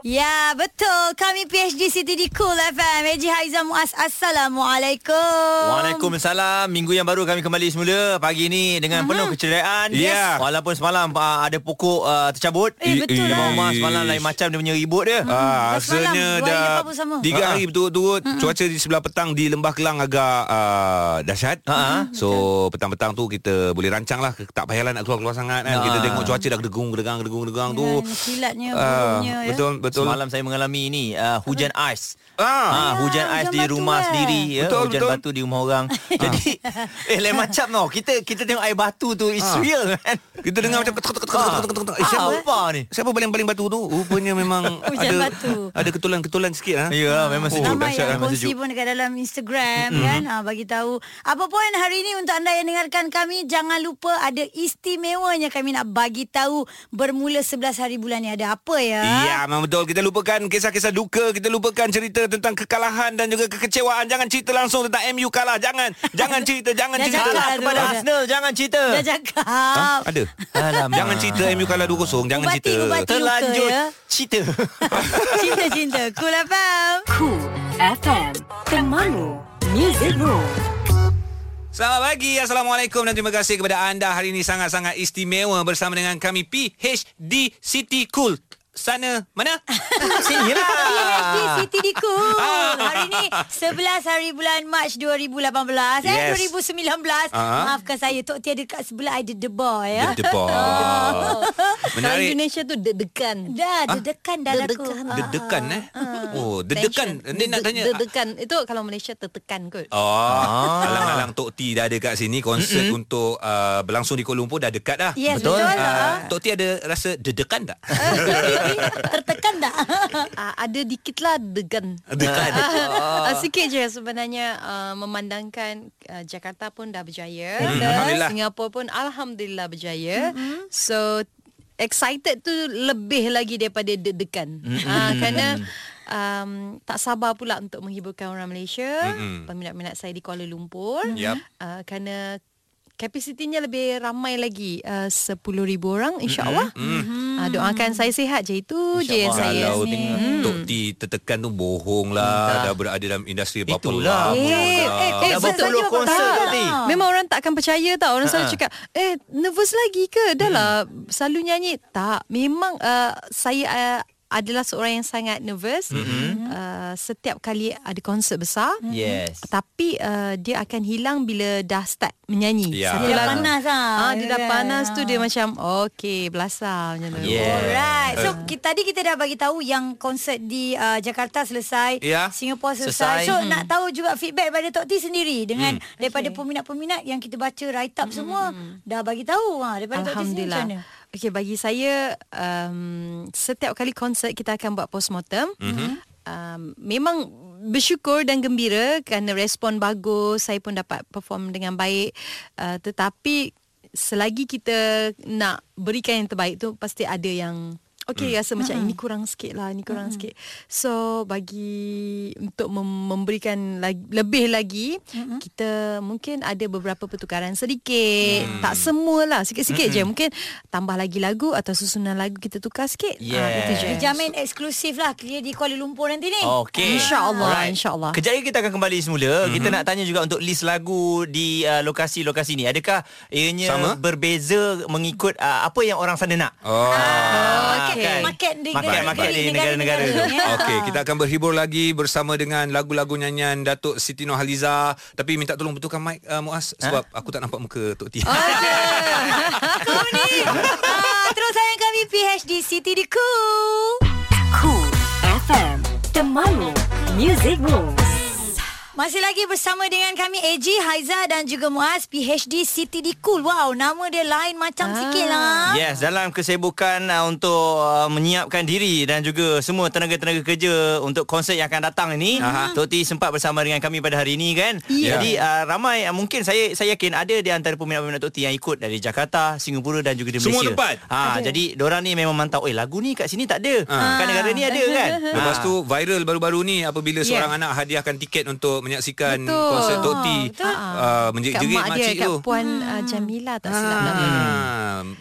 Ya, betul. Kami PhD City di Cool FM. Eji Haizam Muaz. Assalamualaikum. Waalaikumsalam. Minggu yang baru kami kembali semula pagi ini dengan penuh keceriaan. Yes. Walaupun semalam uh, ada pokok uh, tercabut. Eh, betul Dia lah. mama semalam lain macam dia punya ribut dia. Ah, Lepas malam, rasanya dua hari dah lepas pun sama. tiga Ha. hari berturut-turut cuaca di sebelah petang di Lembah Kelang agak uh, dahsyat. Ha. Hmm, So petang-petang tu kita boleh rancang lah tak payahlah nak keluar-keluar sangat kan. Ha. Kita tengok cuaca dah gedegung gedegang gedegung gedegang tu. Ya, kilatnya, Ah, burungnya, ya. betul betul. Semalam saya mengalami ini uh, hujan ais. Ah, Ah. hujan Ya, ais hujan di batu rumah kan. sendiri ya. Betul, hujan betul. batu di rumah orang. Jadi eh lain macam tau. Kita kita tengok air batu tu is real kan. Kita dengar macam ketuk ketuk ketuk ketuk ketuk, ketuk ketuk. Eh, Ah, siapa apa ni? Siapa baling-baling batu tu? Rupanya memang Hujan ada batu. ada ketulan-ketulan sikit ha. Ya, Oh, memang sejuk Ramai dahsyat eh, yang memang kongsi sejuk. pun dekat dalam Instagram mm. kan ha, Bagi tahu Apa pun hari ini untuk anda yang dengarkan kami Jangan lupa ada istimewanya kami nak bagi tahu Bermula 11 hari bulan ni ada apa ya Ya, memang betul. Kita lupakan kisah-kisah duka, kita lupakan cerita tentang kekalahan dan juga kekecewaan. Jangan cerita langsung tentang MU kalah. Jangan, jangan cerita, jangan Dah cerita. cakap Kalah Aduh, kepada dah. Arsenal jangan cerita. Dah cakap Ha? Ada. Alamak. Jangan cerita MU kalah 2-0. Jangan Ubati, cerita. ubati. Terlanjur Luka, ya. cerita. Cinta-cinta Cool FM Cool FM, temanmu, muzikmu. Selamat pagi. Assalamualaikum dan terima kasih kepada anda hari ini sangat-sangat istimewa bersama dengan kami PHD City Cool. Sana mana? Sini lah. PHD Ah. City di Cool Hari ni 11 hari bulan Mac 2018 Eh Yes. Ah. 2019 Maafkan saya Tok Tia dekat sebelah ada The Bar ya Depan. Orang Menarik. Indonesia tu deg-degan. Ah. Dah dedekan dah aku Dedekan. Ah. Dedekan eh. Oh, dedekan. Tension. Dia nak Dede- tanya. Dedekan. Itu kalau Malaysia tertekan kot. Oh, alang-alang Tok T dah ada kat sini konsert mm-hmm. untuk uh, berlangsung di Kuala Lumpur dah dekat dah. Yes, Betul. betul. Ah. Uh, Tok T ada rasa dedekan tak? Tertekan tak? Ah, ada dikit lah degan. Dekan. Ah, sikit je sebenarnya ah, memandangkan ah, Jakarta pun dah berjaya. Hmm, Dan Alhamdulillah. Singapura pun Alhamdulillah berjaya. So, excited tu lebih lagi daripada deg-degan. Ah, kerana um, tak sabar pula untuk menghiburkan orang Malaysia. Mm-mm. Peminat-peminat saya di Kuala Lumpur. Yup. Uh, kerana kapasitinya lebih ramai lagi uh, 10,000 orang insyaAllah. Mm-hmm. Uh, doakan saya sihat je itu je yang saya. Kalau Hmm. Tok T tertekan tu bohong lah. Dah berada dalam industri berapa Itulah. lama Eh, dah. eh, eh, Ah, Dah saya- berpuluh saya- konsert tak. tadi. Ah. Memang orang tak akan percaya tau. Orang selalu Ha-ha. cakap, eh nervous lagi ke? Dah lah, Hmm. selalu nyanyi. Tak, memang uh, saya uh, adalah seorang yang sangat nervous. Mm-hmm. Uh, setiap kali ada konsert besar. Hmm. Yes. Tapi uh, dia akan hilang bila dah start menyanyi. Ya. Dia Satu dah lagu. panas ya. lah. Ah, dia dah panas tu dia macam, okay, belasah macam tu. Yeah. Alright. So kita, tadi kita dah bagi tahu yang konsert di uh, Jakarta selesai, Ya. Singapura Selesai. Hmm. selesai. So nak tahu juga feedback daripada Tok T sendiri dengan daripada peminat-peminat yang kita baca write Hmm. up semua dah bagi tahu ha daripada Tok T sendiri Alhamdulillah. macam mana? Okey, bagi saya um, setiap kali konsert kita akan buat postmortem. Mm-hmm. Um, memang bersyukur dan gembira kerana respon bagus, saya pun dapat perform dengan baik. Uh, tetapi selagi kita nak berikan yang terbaik tu pasti ada yang Okey Hmm. rasa macam ini kurang sikit lah Ini kurang sikit So bagi Untuk mem- memberikan lagi, Lebih lagi Hmm. Kita mungkin ada beberapa pertukaran sedikit Hmm. Tak semualah Sikit-sikit je Mungkin tambah lagi lagu Atau susunan lagu kita tukar sikit Ah, Yes. Itu je Dijamin eksklusif lah clear di Kuala Lumpur nanti ni. Okey. InsyaAllah, Alright. insyaAllah. Kejap lagi kita akan kembali semula. Mm-hmm. Kita nak tanya juga untuk list lagu di uh, lokasi-lokasi ni. Adakah ianya Sama? berbeza mengikut uh, apa yang orang sana nak? kan? Oh. Ah, Okey. Market di Market- market di negara-negara tu. ni, ya. Eh, Okey, kita akan berhibur lagi bersama dengan lagu-lagu nyanyian Datuk Siti Nohaliza. Tapi minta tolong betulkan mic uh, Muaz Ha? sebab aku tak nampak muka Tok T. Oh. Kau ni ah, Terus sayang kami PHD City di Cool Cool FM, temanmu, muzikmu. Masih lagi bersama dengan kami AG, Haiza dan juga Muaz PhD Siti di Cool. Wow, nama dia lain macam ah. sikit lah. Yes, dalam kesibukan uh, untuk uh, menyiapkan diri dan juga semua tenaga-tenaga kerja untuk konsert yang akan datang ini. Uh-huh. Tok T sempat bersama dengan kami pada hari ini kan. Ya. Jadi uh, ramai uh, mungkin saya saya yakin ada di antara peminat-peminat Tok T yang ikut dari Jakarta, Singapura dan juga di Malaysia. Semua tempat. Ha, jadi diorang ni memang mantau, eh lagu ni kat sini tak ada. Uh. Kat negara ni ada kan. Lepas Ha. tu viral baru-baru ni apabila Yeah. seorang anak hadiahkan tiket untuk menyaksikan Betul. konsert Tok T. Betul. Ah, Kat Menjerit-jerit mak dia makcik Kat tu. Hmm. Puan uh, Jamila Tak silap Ah, nama dia.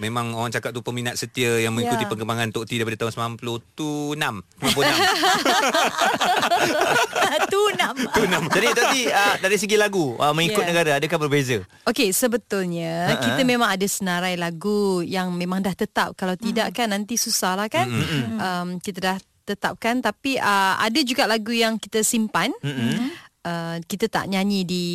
Memang orang cakap tu peminat setia yang mengikuti Ya. perkembangan Tok T daripada tahun 96. 96. Ah. tu nama. Ah. Jadi tadi uh, dari segi lagu uh, mengikut yeah. Yeah. negara adakah berbeza? Okey, sebetulnya Ha-ha. uh-huh. kita memang ada senarai lagu yang memang dah tetap. Kalau tidak kan nanti susah lah kan. Um, kita dah tetapkan tapi uh, ada juga lagu yang kita simpan. Uh, kita tak nyanyi di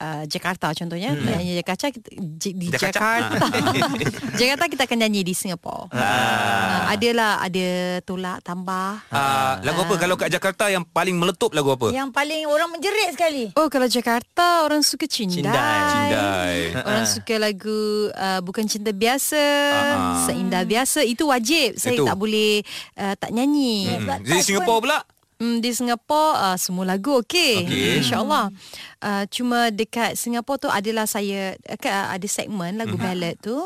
uh, Jakarta contohnya tak nyanyi Jakarta kita, J- di Jakarta. Jakarta Ah, Jakarta kita akan nyanyi di Singapura uh, adalah ada tolak tambah Ah, lagu apa kalau kat Jakarta yang paling meletup lagu apa? Yang paling orang menjerit sekali. oh kalau Jakarta orang suka cindai Cindai. Cindai. Orang suka lagu uh, Bukan Cinta Biasa Ah. Seindah Biasa Itu wajib Saya Itu. tak boleh uh, Tak nyanyi Sebab Hmm. Jadi tak Singapura pula mm, Di Singapura uh, Semua lagu okey Okey. okay. InsyaAllah uh, Cuma dekat Singapura tu Adalah saya uh, Ada segmen Lagu Mhm. ballad tu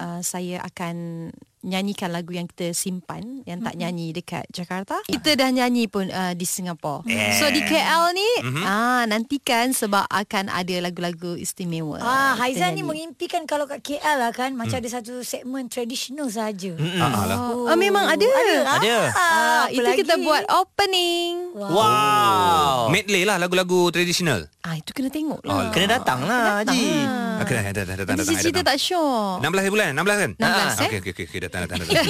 uh, Saya akan Nyanyikan lagu yang kita simpan Yang Mhm. tak nyanyi dekat Jakarta Ya. Kita dah nyanyi pun uh, di Singapura So di KL ni Mhm. ah Nantikan sebab akan ada lagu-lagu istimewa Ah, kita Haiza nyanyi. ni mengimpikan kalau kat KL lah kan macam ada satu segmen tradisional saja. Mm. Ah, lah. Oh, Hmm. ah, memang ada. Ada. Ah, Ah, apa itu lagi? kita buat opening. Wow. wow. Oh. Medley lah lagu-lagu tradisional Ah, itu kena Oh, tengok lah. kena datang lah Haji. ah. Okay, datang, datang, datang, Nanti datang, eh, Cici datang. tak sure. 16 bulan 16 kan 16, eh? Okey okey okey okay, datang datang datang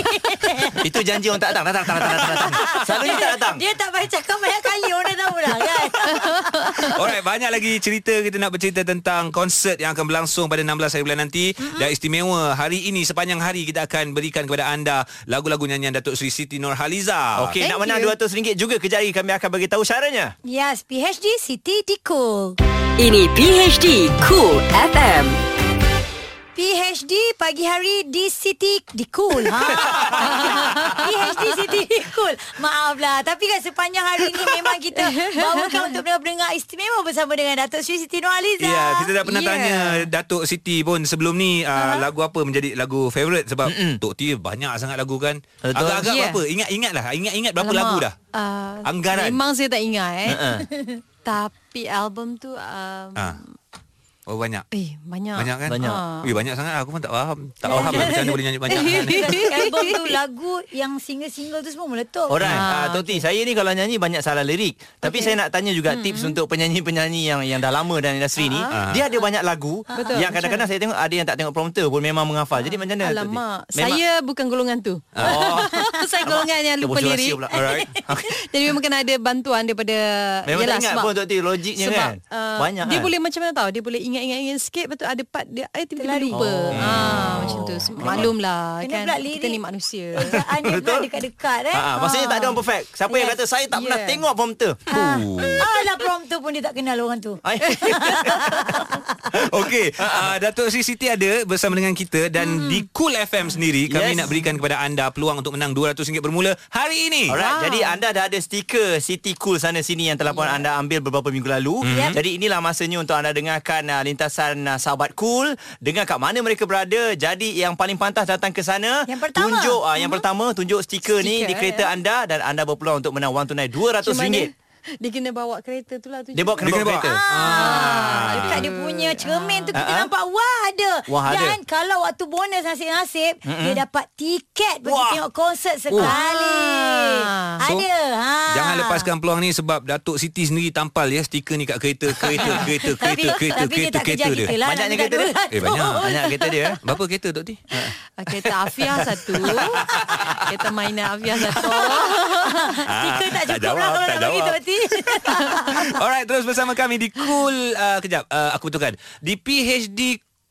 Itu janji orang tak datang. Datang, datang, datang, datang. Selalunya tak datang. Dia tak baca kau banyak kali orang dah tahu dah kan. Alright banyak lagi cerita kita nak bercerita tentang konsert yang akan berlangsung pada 16 hari bulan nanti mm-hmm. dan istimewa hari ini sepanjang hari kita akan berikan kepada anda lagu-lagu nyanyian Datuk Seri Siti Nurhaliza. Okey, nak Thank menang you. RM200 kejap lagi kami akan bagi tahu caranya. Yes, PhD Siti Dikul. Ini PHD Cool FM. PhD pagi hari di City di Cool. Ha. PhD City di Cool. Maaflah. Tapi kan sepanjang hari ni memang kita bawakan untuk pendengar istimewa bersama dengan Datuk Sri Siti Ya, Nurhaliza. yeah, kita dah pernah yeah. Yeah. tanya Datuk Siti pun sebelum ni uh, lagu apa menjadi lagu favourite sebab Mm-mm. Tok T banyak sangat lagu kan. Betul. Agak-agak Ya. yeah. berapa? Ingat-ingat lah. Ingat-ingat berapa Alamak. lagu dah? Uh, Anggaran. Memang saya tak ingat Ha, eh. Tapi album tu um, Ah. Oh banyak. eh banyak. Banyak kan? Banyak. Ah. Ui, banyak sangat aku pun tak faham. Tak faham lah macam mana boleh nyanyi banyak kan. Album tu lagu yang single-single tu semua meletup. Alright, ah, Toti, saya ni kalau nyanyi banyak salah lirik. Tapi saya nak tanya juga Hmm. tips untuk penyanyi-penyanyi yang yang dah lama dalam industri ni. Dia ada banyak lagu Ah. Betul, yang kadang-kadang saya tengok ada yang tak tengok prompter pun memang menghafal. Jadi macam mana? Tok T? Alamak, Memang- saya bukan golongan tu. Oh. saya golongan yang Dia lupa bocor rahsia lirik. pula. Alright. Jadi memang kena ada bantuan daripada Memang tak ingat sebab- pun Tok T logiknya sebab, kan. Uh, Banyak Dia kan? boleh macam mana tau Dia boleh ingat-ingat sikit Lepas tu ada part dia eh, Tiba-tiba Terlari. lupa oh. ha, Macam tu So, Maklumlah Kena kan pula Kita lirik. ni manusia Kerjaan dia pula dekat-dekat eh. Ah, Ha, ha, maksudnya tak ada orang perfect. Siapa yang Yes. kata saya tak pernah Yeah. tengok prompter? Alah prompter lah, pun dia tak kenal orang tu. Ai. Okey, uh, Datuk Sri Siti ada bersama dengan kita dan di Cool FM sendiri kami Yes. nak berikan kepada anda peluang untuk menang RM200 bermula hari ini. Alright, wow. jadi anda dah ada stiker City Cool sana sini yang telah pun Ya. yeah. anda ambil beberapa minggu lalu. Yep. Jadi inilah masanya untuk anda dengarkan uh, lintasan uh, sahabat cool, dengar kat mana mereka berada. Jadi yang paling pantas datang ke sana. Yang pertama. Mhm. eh. Tunjuk uh, yang pertama tunjuk stiker, ni Stiker, di kereta ya. anda dan anda berpeluang untuk menang wang tunai Macam mana? RM200. Dia kena bawa kereta tu lah tu Dia bawa kena Dia bawa kena kereta. bawa. Ah, dekat dia punya cermin tu kita nampak wah ada. Wah, ada. Dan kalau waktu bonus nasib-nasib dia dapat tiket pergi Wah. tengok konsert sekali. Wah. So, Ada. Ha. Jangan lepaskan peluang ni sebab Datuk Siti sendiri tampal ya stiker ni kat kereta kereta kereta Tapi, kereta kereta tapi dia kereta tak kereta kejar dia. kita lah. Banyaknya Nak kereta dia? minta Eh banyak. duit. Banyak kereta dia. eh. Berapa kereta Tok Ti? Ah, Kereta Afia satu Kereta mainan Afia satu Stiker tak tak cukup lah jawab, kalau tak nak bagi jawab. Tok T. Alright, terus bersama kami di Cool uh, kejap. Uh, aku betulkan. Di PhD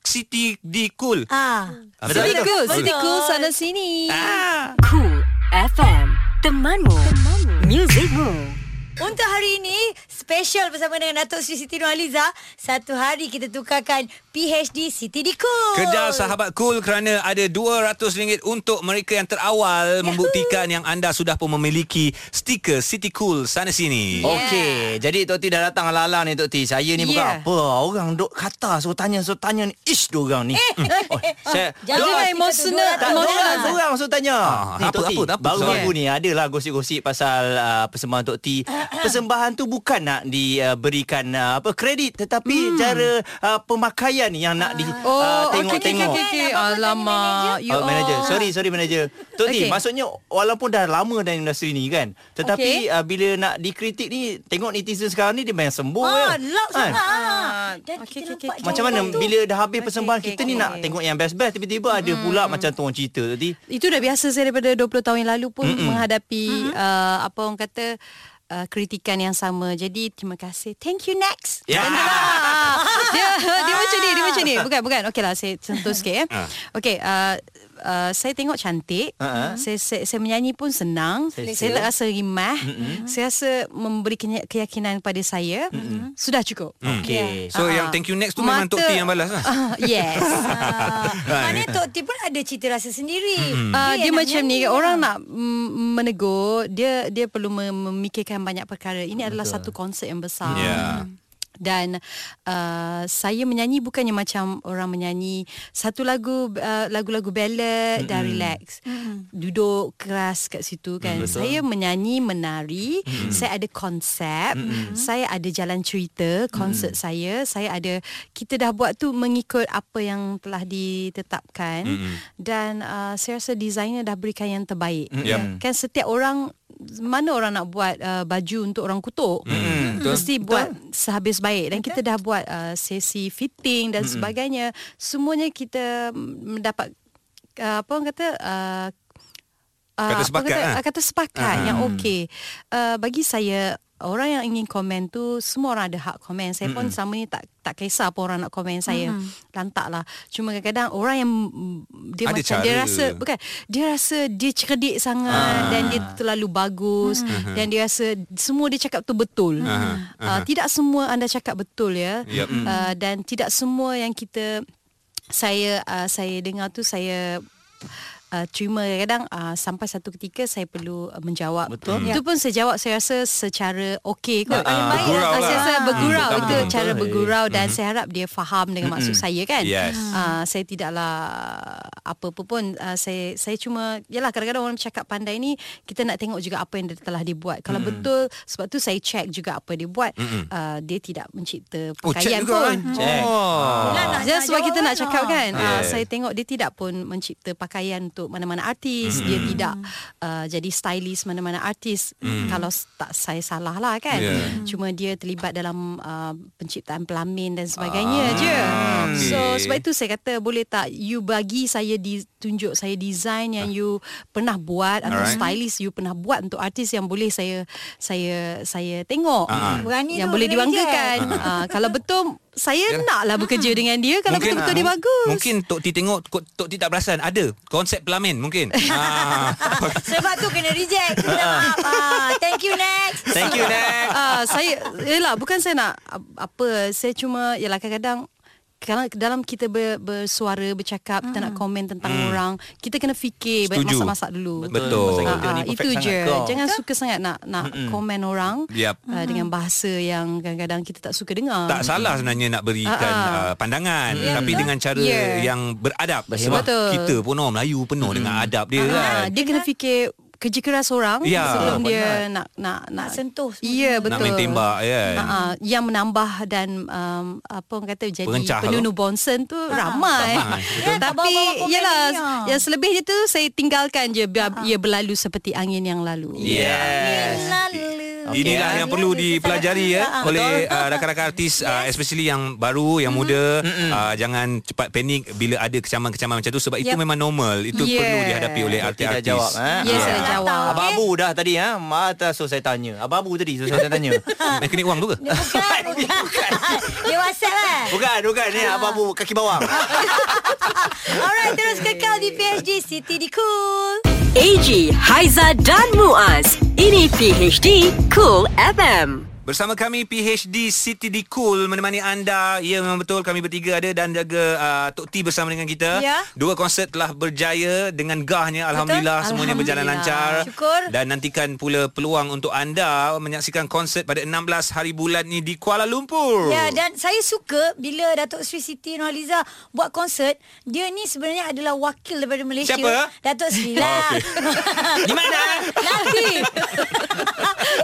City di Cool. Ah. Ah, betul City tak? cool Betul. City cool sana sini Ah, Cool FM. Temanmu. Temanmu. Musicmu. Untuk hari ini special bersama dengan Datuk Sri Siti Nurhaliza. Satu hari kita tukarkan PhD Siti Dikul. Kejar sahabat cool kerana ada RM200 untuk mereka yang terawal Yahoo. membuktikan yang anda sudah pun memiliki stiker City Cool sana sini. Yeah. Okey, Ya. jadi Tok T dah datang ala-ala ni Tok T. Saya ni bukan Yeah. apa. Orang duk kata suruh tanya suruh tanya ni. Ish dorang ni. Hmm. Oh, saya Jangan Dok, Jangan emosional. tak emosional. dorang dorang suruh tanya. Ah, Ni, apa, Tok T, apa, apa Baru-baru soalan? ni adalah gosip-gosip pasal uh, persembahan Tok T. Persembahan tu bukan nak diberikan uh, apa kredit tetapi cara uh, pemakaian yang nak di uh, Hmm. Oh, tengok-tengok. okey, okey, okey, okey. Alamak. Ya You Oh, manager. all. Sorry, sorry manager. Tok okay. Okey. maksudnya walaupun dah lama dalam industri ni kan, tetapi okay. Okey. uh, bila nak dikritik ni, tengok netizen sekarang ni dia banyak sembur. Ah, je. loud Kan? sangat. Ah. Dan Okey, kita okey, nampak okey. Macam mana jawapan tu. bila dah habis Okey, persembahan okey, kita ni okey. nak tengok yang best-best tiba-tiba ada pula macam tu orang cerita tadi. Itu dah biasa saya daripada 20 tahun yang lalu pun Mm-mm. menghadapi uh, apa orang kata uh, kritikan yang sama. Jadi terima kasih. Thank you next. Ya. dia dia macam ni, dia macam ni. Bukan bukan. Okeylah saya sentuh sikit eh. Ah. Okey, uh, Uh, saya tengok cantik Ah, ah. saya, saya saya menyanyi pun senang Selesa. saya tak rasa rimah mm-hmm. saya rasa memberi kenya- keyakinan pada saya mm-hmm. sudah cukup Okey. Mm. So yang thank you next tu memang Tok T yang balas lah. Ah, yes Ah, Maknanya Tok T pun ada cita rasa sendiri. Hmm. Uh, dia macam ni orang nak mm, menegur dia dia perlu mem- memikirkan banyak perkara ini adalah satu konsep yang besar Hmm. Ya. dan uh, saya menyanyi bukannya macam orang menyanyi satu lagu uh, lagu-lagu ballad mm dan relax duduk keras kat situ kan betul. saya menyanyi menari saya ada konsep saya ada jalan cerita konsert saya saya ada kita dah buat tu mengikut apa yang telah ditetapkan dan uh, saya rasa designer dah berikan yang terbaik Yep. kan setiap orang mana orang nak buat uh, baju untuk orang kutuk Hmm, Hmm, mm, mesti buat sehabis baik dan kita dah buat uh, sesi fitting Hmm, dan sebagainya semuanya kita mm, mendapat uh, apa orang kata uh, uh, Kata apa sepakat, hmm. kata, lah. uh, kata sepakat yang okey uh, bagi saya orang yang ingin komen tu semua orang ada hak komen saya Hmm, pun selama ni tak tak kisah apa orang nak komen saya lantak lah cuma kadang-kadang orang yang mm, dia Ada macam dia cara. rasa bukan dia rasa dia cerdik sangat dan dia terlalu bagus dan dia rasa semua dia cakap tu betul Ah. Uh, tidak semua anda cakap betul ya Yep. uh, dan tidak semua yang kita saya uh, saya dengar tu saya Uh, terima kadang uh, sampai satu ketika saya perlu uh, menjawab. Betul. Itu pun saya jawab saya rasa secara okey kot. paling baik Ah, lah. Saya rasa Ah. bergurau Betul, Hmm. itu betul. cara Eh. bergurau dan saya harap dia faham dengan maksud saya kan. Yes. Uh, saya tidaklah apa-apa pun uh, saya saya cuma yalah kadang-kadang orang cakap pandai ni kita nak tengok juga apa yang dia telah dia buat. Hmm. Kalau betul sebab tu saya check juga apa dia buat. Uh, dia tidak mencipta Oh, pakaian check juga pun. kan? Check. Oh. Yelah, nak- Just nak sebab jawab kita kan? nak cakap kan Ah. yeah. Yeah. Saya tengok dia tidak pun Mencipta pakaian untuk mana-mana artis Dia tidak uh, Jadi stylist mana-mana artis Kalau s- tak saya salah lah kan Mm. Yeah. Cuma dia terlibat dalam uh, Penciptaan pelamin dan sebagainya Ah, je okay. So sebab itu saya kata Boleh tak you bagi saya di, Tunjuk saya design yang you Pernah buat Atau Alright. stylist you pernah buat Untuk artis yang boleh saya Saya saya tengok Ah. Berani Yang boleh tu, boleh dibanggakan uh, Kalau betul Saya naklah bekerja dengan dia Kalau Mungkin- ah, betul-betul dia bagus Mungkin Tok T tengok kot- Tok T tak perasan Ada Konsep pelamin mungkin ah. Sebab tu kena reject. Minta maaf. Ah, thank you next. Thank you next. uh, saya yalah bukan saya nak ap- apa saya cuma yalah kadang-kadang kalau dalam kita ber, bersuara bercakap mm. kita nak komen tentang mm. orang kita kena fikir baik Setuju. masak-masak dulu Betul. Masa Ah, kita ni ah, perfect itu sangat je kau. jangan suka sangat nak nak mm komen orang Yap. uh, dengan bahasa yang kadang-kadang kita tak suka dengar Tak salah sebenarnya nak berikan Ah, ah. uh, pandangan Ya, Tapi betul. dengan cara Ya. yang beradab Betul. Hmm. Sebab Betul. kita pun orang Melayu penuh dengan adab dia Ah, kan dia kena fikir kerja keras orang Ya. sebelum Betul, dia penat. nak nak nak sentuh semua Ya benda. betul. Nak main tembak kan Ha, yang menambah dan um, apa orang kata jadi Pengencah penunu tu. bonsen tu ramai. Kan? Ramai, betul. tak Tapi bawa-bawa Ah, komen yalah ni, ha. yang selebihnya tu saya tinggalkan je biar ia berlalu seperti angin yang lalu. Ya. Yes Lalu. Okay. Inilah yang ya, perlu dipelajari ya Ah, oleh uh, rakan-rakan artis yes. uh, especially yang baru yang muda Mm-hmm. uh, jangan cepat panik bila ada kecaman-kecaman macam tu sebab itu Yep. memang normal itu Yeah. perlu dihadapi oleh Tok T dah artis-artis. jawab. Ha? Ya yes, Ah. saya dah jawab. Abang Abu dah tadi ha. Mata so saya tanya. Abang Abu tadi so saya tanya. Nak kena wang tu ke? Bukan, bukan. Dia WhatsApp lah. bukan, bukan ni Abang Abu kaki bawang. Alright, terus kekal di PhD Siti di Cool. AG, Haiza dan Muaz. Ini PHD Cool FM. Bersama kami PHD Siti Dikul menemani anda. Ya memang betul kami bertiga ada dan jaga uh, Tok T bersama dengan kita. Ya. Dua konsert telah berjaya dengan gahnya alhamdulillah semuanya berjalan lancar. Alhamdulillah. Syukur. Dan nantikan pula peluang untuk anda menyaksikan konsert pada 16 hari bulan ni di Kuala Lumpur. Ya dan saya suka bila Datuk Sri Siti Nurhaliza buat konsert, dia ni sebenarnya adalah wakil daripada Malaysia. Siapa? Ah, Datuk Sri lah. Di mana? Nanti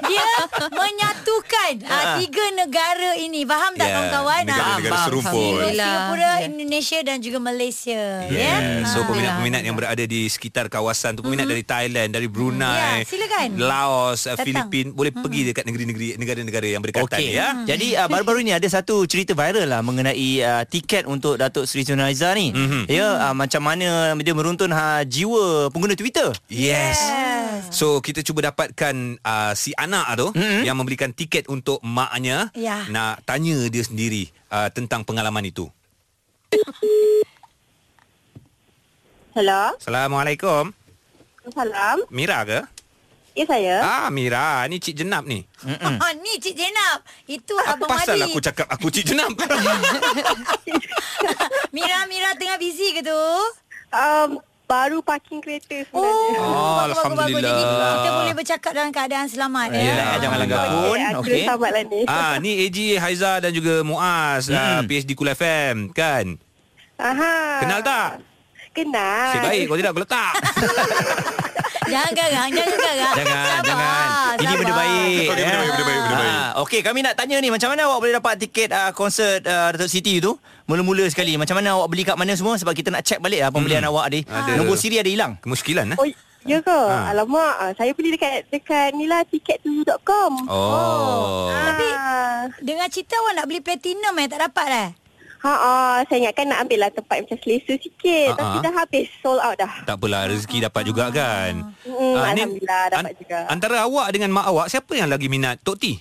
dia menyatukan uh, tiga negara ini. Faham tak Ah, Ya, kawan-kawan? negara-negara Ah, serumpun. Singapura, Singapura, Ya. Indonesia dan juga Malaysia. Ya? Yeah. So Ah. peminat-peminat yang berada di sekitar kawasan tu peminat dari Thailand, dari Brunei, Mhm. Ya, silakan. Laos, Datang. Datang. Mhm. Filipin boleh pergi dekat negeri-negeri negara-negara yang berdekatan Okey. ya. Jadi uh, baru-baru ni ada satu cerita viral lah mengenai uh, tiket untuk Datuk Sri Zunaiza ni. Mhm. Ya, uh, macam mana dia meruntun uh, jiwa pengguna Twitter. Yes. So kita cuba dapatkan uh, si anak tu mm-hmm. yang membelikan tiket untuk maknya Ya. nak tanya dia sendiri uh, tentang pengalaman itu. Hello. Assalamualaikum. Salam. Mira ke? Ya saya. Ah Mira, ni Cik Jenab ni. Mm-mm. Ah, ni Cik Jenab. Itu Ah, Abang Pasal Adi. aku cakap aku Cik Jenab. Mira, Mira tengah busy ke tu? Um, baru parking kereta Ah. sebenarnya. Oh, bagus, bagus, bagus. Jadi Alhamdulillah. kita boleh bercakap dalam keadaan selamat. Ya, Ya. jangan langgar Alhamdulillah. pun. Ada Okey. sahabat lah ni. Ah, ni AJ Haiza dan juga Muaz hmm. uh, Hmm. PhD Kul FM kan. Aha. Kenal tak? Kenal. Saya baik kalau tidak kalau tak. Jangan garang, jangan garang. Jangan, jangan. Sabar, Kan? Ini sabar. benda baik. Okey, benda baik, benda baik, benda baik. Ah, Okey, kami nak tanya ni macam mana awak boleh dapat tiket uh, konsert uh, Datuk Siti tu? Mula-mula sekali. Macam mana awak beli kat mana semua sebab kita nak check balik lah pembelian Hmm. awak ni. Ada. Nombor siri ada hilang. Kemuskilan eh. Oh, ya ke? Ha. Alamak, ah, saya beli dekat dekat ni lah tiket2.com. Oh. Tapi Dengar cerita awak nak beli platinum eh, tak dapat eh? ha ah, saya ingatkan nak ambil lah tempat macam selesa sikit Ha, tapi ha. dah habis sold out dah. Tak apalah rezeki dapat juga kan. Hmm, Ah, ni alhamdulillah dapat an- juga. Antara awak dengan mak awak siapa yang lagi minat? Tok T.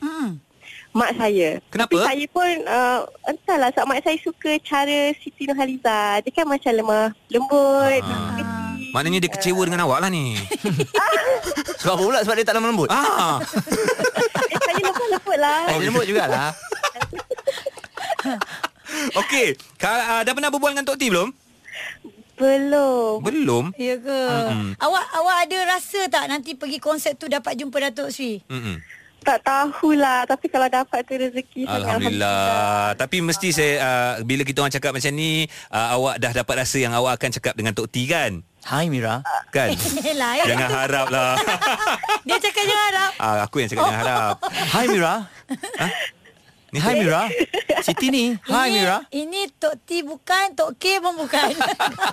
Mak saya. Kenapa? Tapi saya pun uh, entahlah sebab mak saya suka cara Siti Nurhaliza. Dia kan macam lemah, lembut. Ah. kecil. Maknanya dia kecewa dengan awak lah ni. Sebab apa pula sebab dia tak lemah lembut? ah. Eh, saya lembut-lembut lah. Ah, dia lembut jugalah. Okey, Ka- ah, dah pernah berbual dengan Tok T belum? Belum. Belum. Ya ke? Awak awak ada rasa tak nanti pergi konsert tu dapat jumpa Datuk Sri? Mm-mm. Tak tahulah Tapi kalau dapat tu rezeki sangat. Alhamdulillah. Tapi mesti saya uh, bila kita orang cakap macam ni, uh, awak dah dapat rasa yang awak akan cakap dengan Tok T kan? Hai Mira. Kan? Yelah, Ya. eh. Jangan harap lah. Dia cakap jangan harap. ah, aku yang cakap jangan harap. Hai Mira. Ni Hai Mira. Siti ni. Hai Ini- Mira. Ini Tok T bukan, Tok K pun bukan.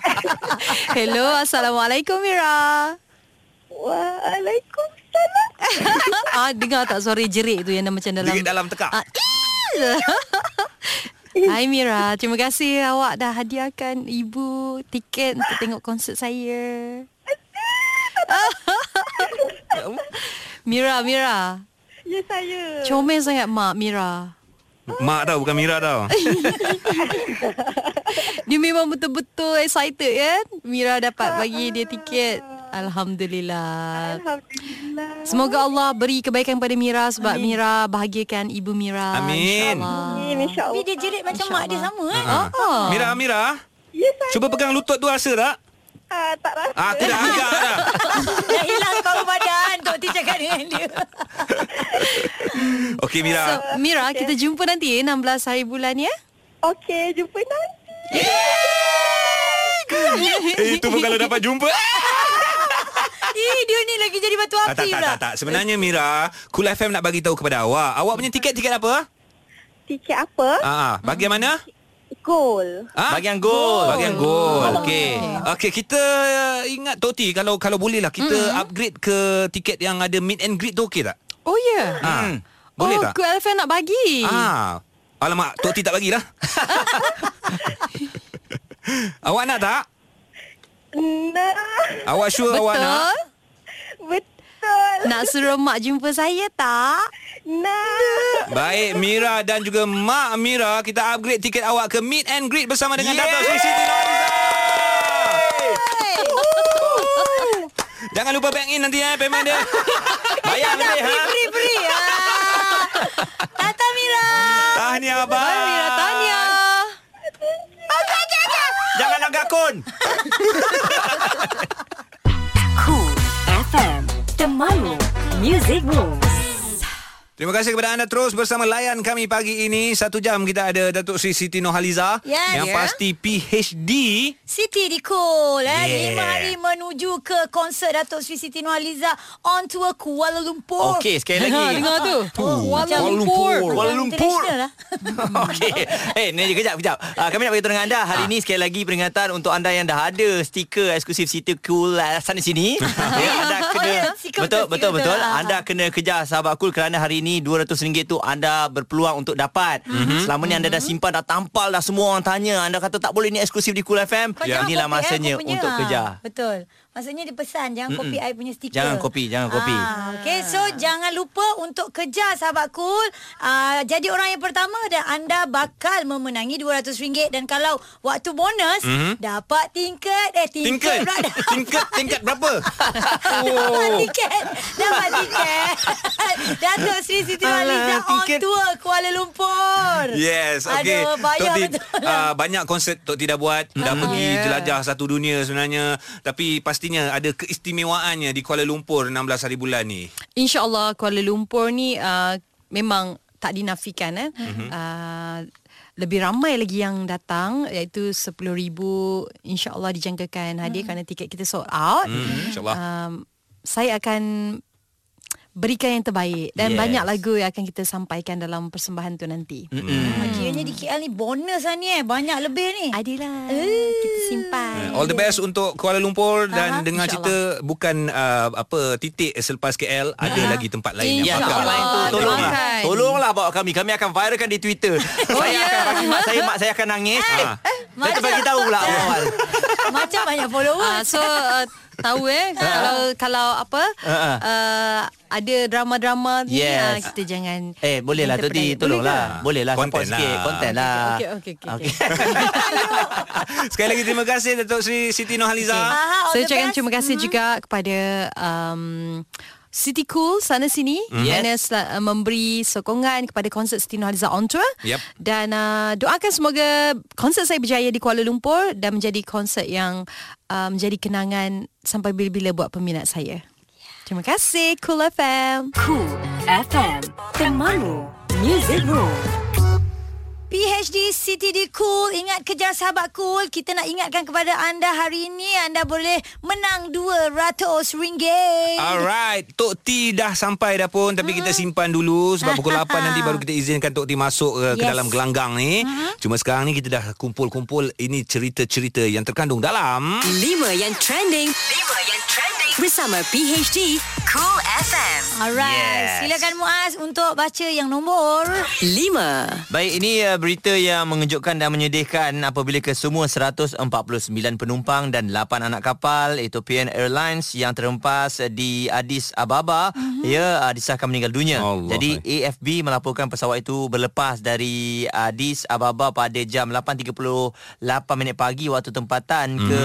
Hello, Assalamualaikum Mira. Waalaikumsalam ah, dengar tak suara jerit tu yang dah macam dalam Jerit dalam tekak. Ah, ih. Hai Mira, terima kasih awak dah hadiahkan ibu tiket untuk tengok konsert saya. Mira, Mira. Ya saya Comel sangat mak Mira. Mak tau bukan Mira tau. Dia memang betul-betul excited kan? Mira dapat bagi dia tiket. Alhamdulillah. Alhamdulillah Semoga Allah beri kebaikan kepada Mira sebab Amin. Mira bahagiakan ibu Mira. Amin. InsyaAllah. Amin Tapi insyaAllah dia jerit macam mak dia sama eh. Oh. Mira, Mira. Ya saya Cuba pegang lutut tu rasa tak? ah, tak rasa Ah, aku dah agak dah. Dah hilang kau badan Tok T cakap dengan dia. Okey So, Mira. Mira, okay. kita jumpa nanti eh, 16 hari bulan ya. Okey jumpa nanti Eh, itu pun kalau dapat jumpa. Ih, dia ni lagi jadi batu api Ah, tak, tak, lah. pula. tak, tak. Sebenarnya Mira, Cool FM nak bagi tahu kepada awak. Awak punya tiket tiket apa? Tiket apa? Ah, ah. bagaimana? Goal Ah? Bagian gol. Bagian gol. Oh. Okey. Okey, kita eh, ingat Toti kalau kalau boleh lah kita mm-hmm. upgrade ke tiket yang ada meet and greet tu okey tak? Oh ya. Yeah. Ah. Boleh oh, tak? Good Elephant nak bagi. Ah. Alamak, Tok T tak lah. bagilah. awak nak tak? Nah Awak sure Betul. awak nak? Betul Nak suruh mak jumpa saya tak? Nah Baik, Mira dan juga Mak Mira, kita upgrade tiket awak ke meet and greet bersama dengan yeah. Dato' Sri Siti Nurhaliza. Jangan lupa bank in nanti eh payment dia. Bayar lebih ha. Free-free. Ah. Tahniah abang. Amira Tania. Ya. Jangan langgar kun. Cool FM Temanmu Music Moves Terima kasih kepada anda terus bersama layan kami pagi ini. Satu jam kita ada Datuk Sri Siti Nohaliza. Ya, yang ya. pasti PhD. Siti Dikul eh, Yeah. Lima hari menuju ke konsert Datuk Sri Siti Nohaliza On tour Kuala Lumpur Okey, sekali Ha, lagi. Oh, dengar tu. Kuala Macam Lumpur. Kuala Lumpur. International lah. Okey. Eh, ni kejap kejap. Uh, kami nak beritahu dengan anda hari ini sekali lagi peringatan untuk anda yang dah ada stiker eksklusif Siti Cool uh, sana sini. ya, anda kena Stiker betul betul betul, stiker betul. betul. Ah. Anda kena kejar sahabat cool kerana hari ini RM200 tu anda berpeluang untuk dapat. Mhm. Selama ni anda dah simpan dah tampal dah semua orang tanya. Anda kata tak boleh ni eksklusif di Cool FM. Kau jangan Inilah copy, eh, masanya kau punya. untuk Ah, kejar. Betul. Maksudnya dia pesan jangan Mm-mm. copy I punya stiker. Jangan copy, jangan copy. Ah, okay, so jangan lupa untuk kejar sahabat cool. Ah, jadi orang yang pertama dan anda bakal memenangi RM200 dan kalau waktu bonus mm-hmm. dapat tingkat eh Tingkat. tingkat pula dah. Tingkat tingkat berapa? Dapat tiket Dapat tiket Datuk Sri Siti Waliza Alah, On tiket. tour Kuala Lumpur Yes, okey. Aduh bayar Tok Tin, betul Hmm. uh, banyak konsert Tok Tin dah buat. Dah pergi jelajah satu dunia sebenarnya. Tapi pastinya ada keistimewaannya di Kuala Lumpur 16 hari bulan ni. InsyaAllah Kuala Lumpur ni uh, memang tak dinafikan eh. Mm-hmm. Uh, lebih ramai lagi yang datang iaitu 10,000 insya-Allah dijangkakan hadir mm. kerana tiket kita sold out. Hmm, InsyaAllah. Ah. Um, saya akan berikan yang terbaik Yes. dan yes. banyak lagu yang akan kita sampaikan dalam persembahan tu nanti. Mm. Hmm. Kiranya di KL ni bonus lah ni eh Banyak lebih ni Adalah lah. kita simpan. All the best untuk Kuala Lumpur dan Ah, dengar cerita bukan uh, apa titik selepas KL ada Ah. lagi tempat lain Ya, yang InsyaAllah. tempat bakal. lah. lain tu tolonglah. Doakan. Tolonglah bawa kami. Kami akan viralkan di Twitter. Oh, saya yeah. akan bagi mak saya, mak saya akan nangis. Eh, ha. mak Kita bagi tahu pula awal. Macam banyak follower Ah, so uh, tahu eh kalau kalau apa ah. uh, ada drama-drama ni Yes. ah, kita jangan Eh, boleh lah kita Toti, pedaya. tolonglah. Boleh Boleh lah support Content lah. sikit, konten lah. Okey, okey, okey, okey. Sekali lagi terima kasih Datuk Sri Siti Nohaliza. Aha, ke? all Saya the ucapkan best. terima kasih juga kepada um, City Cool sana sini mm. Mhm. Yes. yes. Mana sel- uh, memberi sokongan kepada konsert Siti Nurhaliza on tour Yep. Dan uh, doakan semoga konsert saya berjaya di Kuala Lumpur Dan menjadi konsert yang uh, menjadi kenangan sampai bila-bila buat peminat saya Terima kasih Cool FM Cool FM Temanmu Music Moves PhD Siti di Cool Ingat kejar sahabat cool Kita nak ingatkan kepada anda hari ini Anda boleh menang RM200 Ah, Alright, Tok T dah sampai dah pun tapi kita simpan dulu sebab pukul 8 nanti baru kita izinkan Tok T masuk uh, ke Yes. dalam gelanggang ni. Cuma sekarang ni kita dah kumpul-kumpul ini cerita-cerita yang terkandung dalam 5 yang trending 5 yang trending Bersama PHD Cool FM Alright yes. Silakan Muaz untuk baca yang nombor 5 Baik, ini uh, berita yang mengejutkan dan menyedihkan apabila kesemua 149 penumpang dan 8 anak kapal Ethiopian Airlines yang terhempas uh, di Addis Ababa mm-hmm. ya uh, disahkan meninggal dunia. Allah. Jadi AFB melaporkan pesawat itu berlepas dari Addis Ababa pada jam 8.38 minit pagi waktu tempatan mm-hmm. ke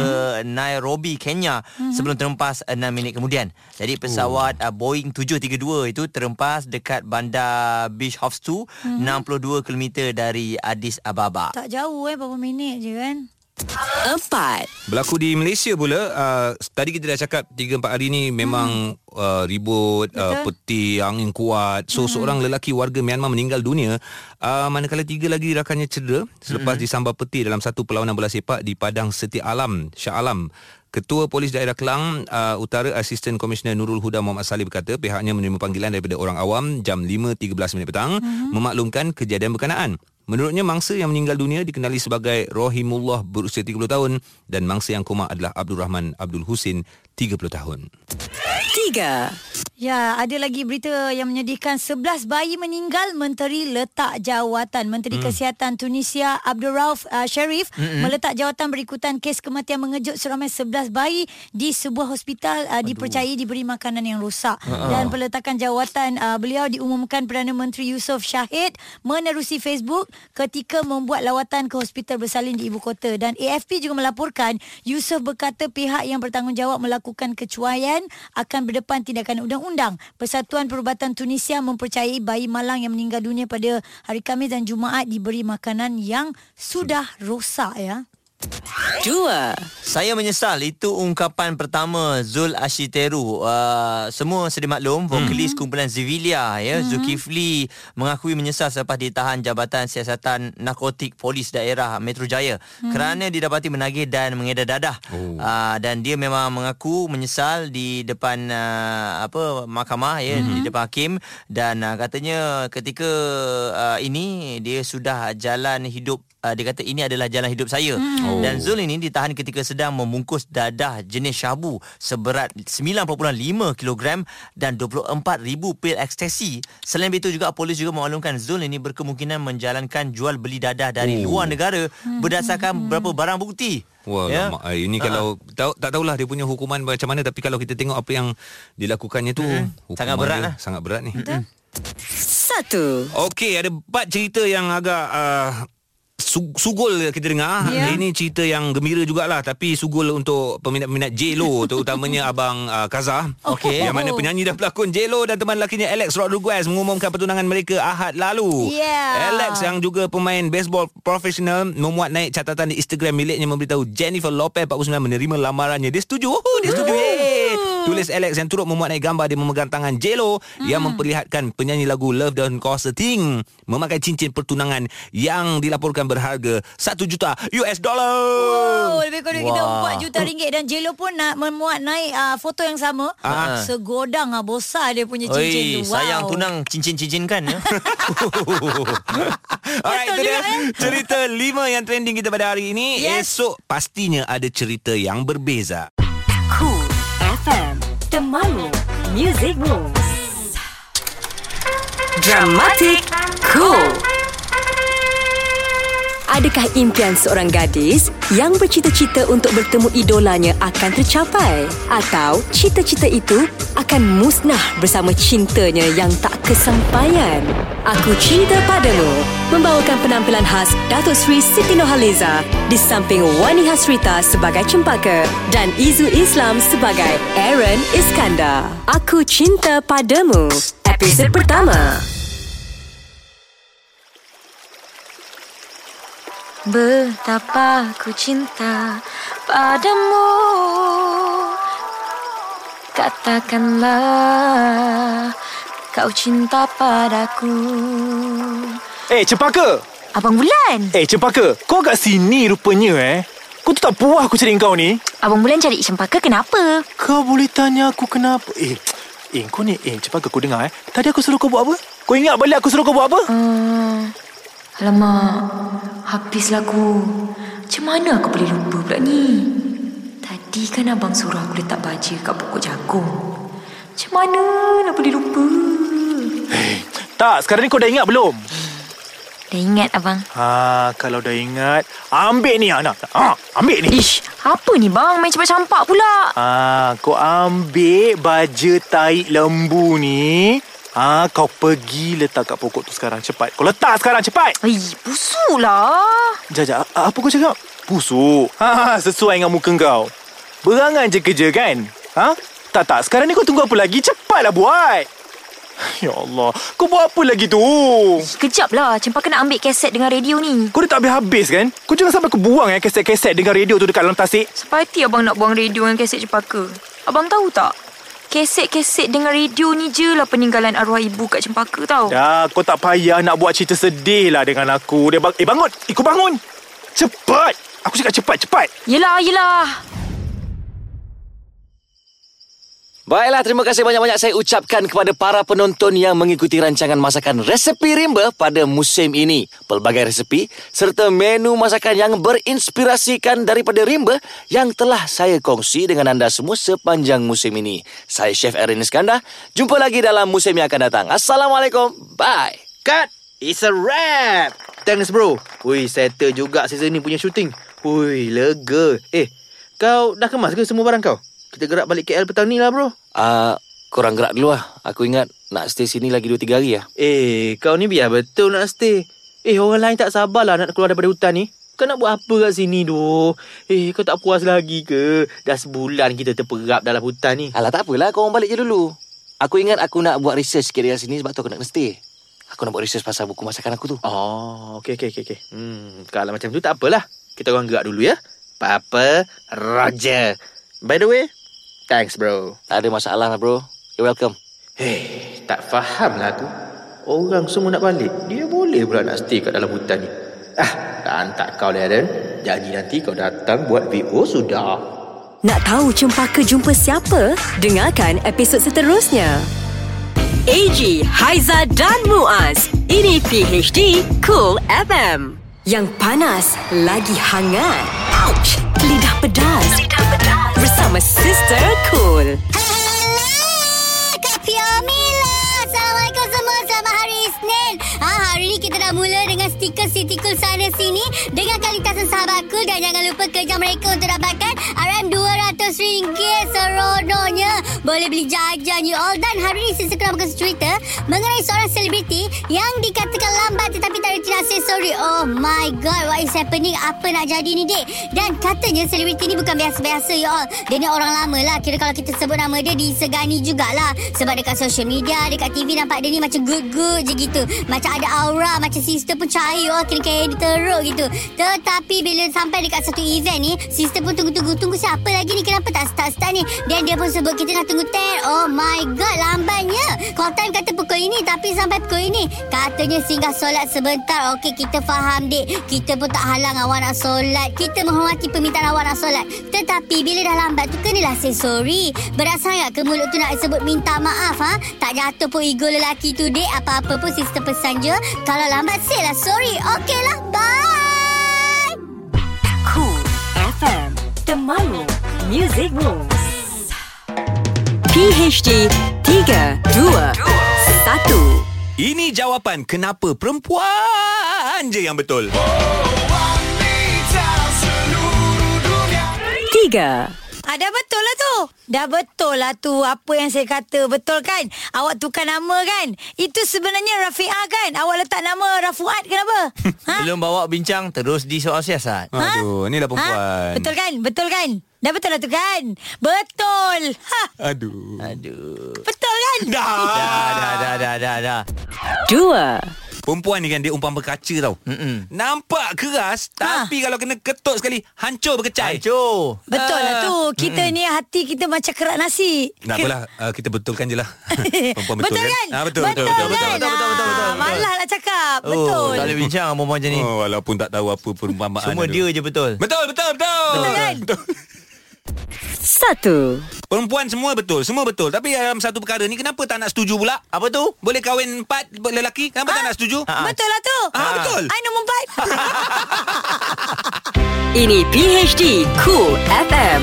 Nairobi, Kenya mm-hmm. sebelum terhempas 6 minit kemudian. Jadi pesawat uh, Boeing 732 itu terhempas dekat bandar Bishoftu mm-hmm. 62 km dari Addis Ababa. Tak jauh eh Berapa minit je kan 4 Berlaku di Malaysia pula uh, Tadi kita dah cakap 3-4 hari ni Memang hmm. uh, ribut uh, Peti Angin kuat So hmm. seorang lelaki warga Myanmar meninggal dunia uh, Manakala tiga lagi rakannya cedera Selepas hmm. disambar peti Dalam satu perlawanan bola sepak Di Padang Seti Alam Shah Alam Ketua Polis Daerah Kelang uh, Utara Asisten Komisioner Nurul Huda Muhammad Saleh berkata pihaknya menerima panggilan daripada orang awam jam 5.13 minit petang mm-hmm. memaklumkan kejadian berkenaan. Menurutnya mangsa yang meninggal dunia dikenali sebagai Rohimullah berusia 30 tahun dan mangsa yang koma adalah Abdul Rahman Abdul Husin 30 tahun. 3 Ya, ada lagi berita yang menyedihkan 11 bayi meninggal menteri letak jawatan. Menteri mm. Kesihatan Tunisia Abdul Rauf uh, Sharif mm meletak jawatan berikutan kes kematian mengejut seramai 11 bayi di sebuah hospital uh, dipercayai diberi makanan yang rosak. Dan peletakan jawatan uh, beliau diumumkan Perdana Menteri Yusof Syahid menerusi Facebook ketika membuat lawatan ke hospital bersalin di ibu kota dan AFP juga melaporkan Yusof berkata pihak yang bertanggungjawab melakukan kecuaian akan berdepan tindakan undang-undang undang-undang, Persatuan Perubatan Tunisia mempercayai bayi malang yang meninggal dunia pada hari Khamis dan Jumaat diberi makanan yang sudah rosak ya. Dua. Saya menyesal Itu ungkapan pertama Zul Ashiteru uh, Semua sedia maklum Vokalis kumpulan Zivilia ya, hmm. Zulkifli Mengakui menyesal Selepas ditahan Jabatan Siasatan Narkotik Polis Daerah Metro Jaya hmm. Kerana didapati menagih Dan mengedar dadah oh. uh, Dan dia memang mengaku Menyesal Di depan uh, apa Mahkamah ya, hmm. Di depan hakim Dan uh, katanya Ketika uh, ini Dia sudah jalan hidup uh, Dia kata ini adalah jalan hidup saya Oh. hmm. Dan Zul ini ditahan ketika sedang membungkus dadah jenis syabu seberat 9.5 kilogram dan 24,000 pil ekstasi. Selain itu juga polis juga memaklumkan Zul ini berkemungkinan menjalankan jual beli dadah dari Oh. luar negara berdasarkan beberapa barang bukti. Ya. Ah. Wah, yeah. lama. Eh, ini kalau tahu, tak tahulah dia punya hukuman macam mana tapi kalau kita tengok apa yang dilakukannya tu mm. Sangat berat lah. sangat berat ni. Mm-hmm. Satu. Okey, ada empat cerita yang agak uh, su- sugul kita dengar. Yeah. Ini cerita yang gembira jugalah tapi sugul untuk peminat-peminat J-Lo terutamanya abang uh, Kazah. Okey. Yang mana penyanyi dan pelakon J-Lo dan teman lakinya Alex Rodriguez mengumumkan pertunangan mereka Ahad lalu. Yeah. Alex yang juga pemain baseball profesional memuat naik catatan di Instagram miliknya memberitahu Jennifer Lopez 49 menerima lamarannya. Dia setuju. Oh, dia setuju. Yeay. Hmm. Tulis Alex yang turut memuat naik gambar dia memegang tangan J-Lo yang Hmm. memperlihatkan penyanyi lagu Love Don't Cost a Thing memakai cincin pertunangan yang dilaporkan berharga 1 juta US dollar. Oh, lebih kurang kita Wah. buat juta ringgit dan Jelo pun nak memuat naik uh, foto yang sama. Ah. Segodang ah besar dia punya Oi, cincin tu. Wow. sayang tunang cincin-cincin kan ya. Alright, itu Betul dia juga, eh? cerita 5 yang trending kita pada hari ini. Yes. Esok pastinya ada cerita yang berbeza. Cool FM. Temanmu. Music Moves. Dramatic Cool. Adakah impian seorang gadis yang bercita-cita untuk bertemu idolanya akan tercapai? Atau cita-cita itu akan musnah bersama cintanya yang tak kesampaian? Aku Cinta Padamu membawakan penampilan khas Datuk Seri Siti Nohaliza di samping Wani Hasrita sebagai Cempaka dan Izu Islam sebagai Aaron Iskandar. Aku Cinta Padamu, episod pertama. Betapa ku cinta padamu Katakanlah kau cinta padaku Eh, Cempaka! Abang Bulan Eh, Cempaka, kau kat sini rupanya eh. Kau tu tak puas aku cari kau ni. Abang Bulan cari cempaka kenapa? Kau boleh tanya aku kenapa? Eh, eh kau ni, eh Cempaka kau dengar eh. Tadi aku suruh kau buat apa? Kau ingat balik aku suruh kau buat apa? Hmm, alamak, habislah aku Macam mana aku boleh lupa pula ni? Tadi kan abang suruh aku letak baja kat pokok jagung Macam mana nak boleh lupa? Tak, sekarang ni kau dah ingat belum? Dah ingat abang Ha, kalau dah ingat, ambil ni anak. Ha, ambil ni. Ish, apa ni bang? Main campak-campak pula Ha, kau ambil baja tahi lembu ni. Ha, kau pergi letak kat pokok tu sekarang cepat. Kau letak sekarang cepat. Ai, busuk lah Jajak, apa kau cakap? Busuk. Ha, sesuai dengan muka kau. Berangan je kerja kan? Ha? Tak tak, sekarang ni kau tunggu apa lagi? Cepatlah buat. Ya Allah, kau buat apa lagi tu? Kejap lah, Cempaka nak ambil kaset dengan radio ni Kau dah tak habis-habis kan? Kau jangan sampai kau buang eh kaset-kaset dengan radio tu dekat dalam tasik. Sepati abang nak buang radio dengan kaset Cempaka Abang tahu tak? Kaset-kaset dengan radio ni je lah peninggalan arwah ibu kat Cempaka tau Dah, Ya, kau tak payah nak buat cerita sedih lah dengan aku. Dia bang eh bangun, eh kau bangun. Cepat. Aku cakap cepat, cepat. Yelah, yelah Baiklah, terima kasih banyak-banyak saya ucapkan kepada para penonton yang mengikuti rancangan masakan resepi rimba pada musim ini. Pelbagai resepi serta menu masakan yang berinspirasikan daripada rimba yang telah saya kongsi dengan anda semua sepanjang musim ini. Saya Chef Erin Iskandar. Jumpa lagi dalam musim yang akan datang. Assalamualaikum. Bye. Cut It's a wrap Thanks bro Ui settle juga season ni punya syuting Ui lega Eh Kau dah kemas ke semua barang kau? Kita gerak balik KL petang ni lah bro Uh, korang gerak dulu lah. Aku ingat nak stay sini lagi 2-3 hari lah. Eh kau ni biar betul nak stay Eh orang lain tak sabarlah nak keluar daripada hutan ni Kau nak buat apa kat sini doh Eh kau tak puas lagi ke Dah sebulan kita terperap dalam hutan ni Alah tak apalah, korang balik je dulu. Aku ingat aku nak buat research sikit dari sini sebab tu aku nak kena stay. Aku nak buat research pasal buku masakan aku tu. Oh, okey okey okey okey. Hmm, kalau macam tu tak apalah. Kita orang gerak dulu ya. Papa Roger. By the way, thanks bro. Tak ada masalah lah bro. You're welcome. Hei, tak faham lah aku. Orang semua nak balik. Dia boleh pula nak stay kat dalam hutan ni. Ah, tak hantar kau lah Aaron. Janji nanti kau datang buat VO sudah. Nak tahu cempaka jumpa siapa? Dengarkan episod seterusnya. AG, Haiza dan Muaz. Ini PHD Cool FM. Yang panas, lagi hangat. Ouch! Lidah pedas. Lidah pedas. Bersama Sister Cool. Assalamualaikum semua Selamat hari Isnin ha, Hari ni kita dah mula dengan stiker-stiker sana sini Dengan kalitasan sahabat cool Dan jangan lupa kerja mereka untuk dapatkan RM200 seronoknya Boleh beli jajan you all Dan hari ni sisi kerana bukan cerita Mengenai seorang selebriti Yang dikatakan lambat tetapi tak ada tidak sorry Oh my god what is happening Apa nak jadi ni dek Dan katanya selebriti ni bukan biasa-biasa you all Dia ni orang lama lah Kira kalau kita sebut nama dia disegani jugalah Sebab dekat social media Dekat TV nampak dia ni macam good-good je gitu Macam ada aura Macam sister pun cahaya you all Kena-kena dia teruk gitu Tetapi bila sampai dekat satu event ni Sister pun tunggu-tunggu Tunggu siapa lagi ni Kenapa tak start-start ni Dan dia pun sebut kita nak tunggu 10 Oh my god lambatnya Call time kata pukul ini Tapi sampai pukul ini Katanya singgah solat sebentar Okey kita faham dek Kita pun tak halang awak nak solat Kita menghormati permintaan awak nak solat Tetapi bila dah lambat tu Kenalah say sorry Berat sangat ke mulut tu nak sebut minta maaf ha? Tak jatuh pun ego lelaki tu dek Apa-apa pun sister pesan je Kalau lambat say lah sorry Okey lah bye Cool FM. Temanmu. Music Moves. PHD 3, 2, 1. Ini jawapan kenapa perempuan je yang betul. 3. Ah, dah betul lah tu. Dah betul lah tu apa yang saya kata. Betul kan? Awak tukar nama kan? Itu sebenarnya Rafiah kan? Awak letak nama Rafuat kenapa? ha? Belum bawa bincang Terus di soal siasat Aduh, inilah perempuan. Ha? Betul kan? Betul kan? Dah betul lah tu kan? Betul. Ha, Aduh. Aduh betul kan? Dah. Dah dah dah dah dah, dah. 2. Perempuan ni kan dia umpama kaca tau. Mm-mm. Nampak keras Ha. tapi kalau kena ketuk sekali hancur berkecai. Hancur Betul lah tu. Ah. Kita Hmm. ni hati kita macam kerak nasi. Tak apalah, uh, kita betulkan je lah. betul, Perempuan betul, kan? Ah, betul, betul, betul, betul, kan? betul, betul, betul, betul, betul, Ah, betul. Malah nak cakap. Oh, betul. tak boleh bincang dengan perempuan macam ni. Oh, walaupun tak tahu apa perumpamaan. Ah. Semua aduh. dia je betul. Betul, betul, betul. Betul kan? Betul. 1. Perempuan semua betul, semua betul. Tapi dalam satu perkara ni kenapa tak nak setuju pula? Apa tu? Boleh kahwin empat lelaki, kenapa tak nak setuju? Betul lah tu. Ah, betul. Ah. I nombor empat. Ini PHD Cool FM.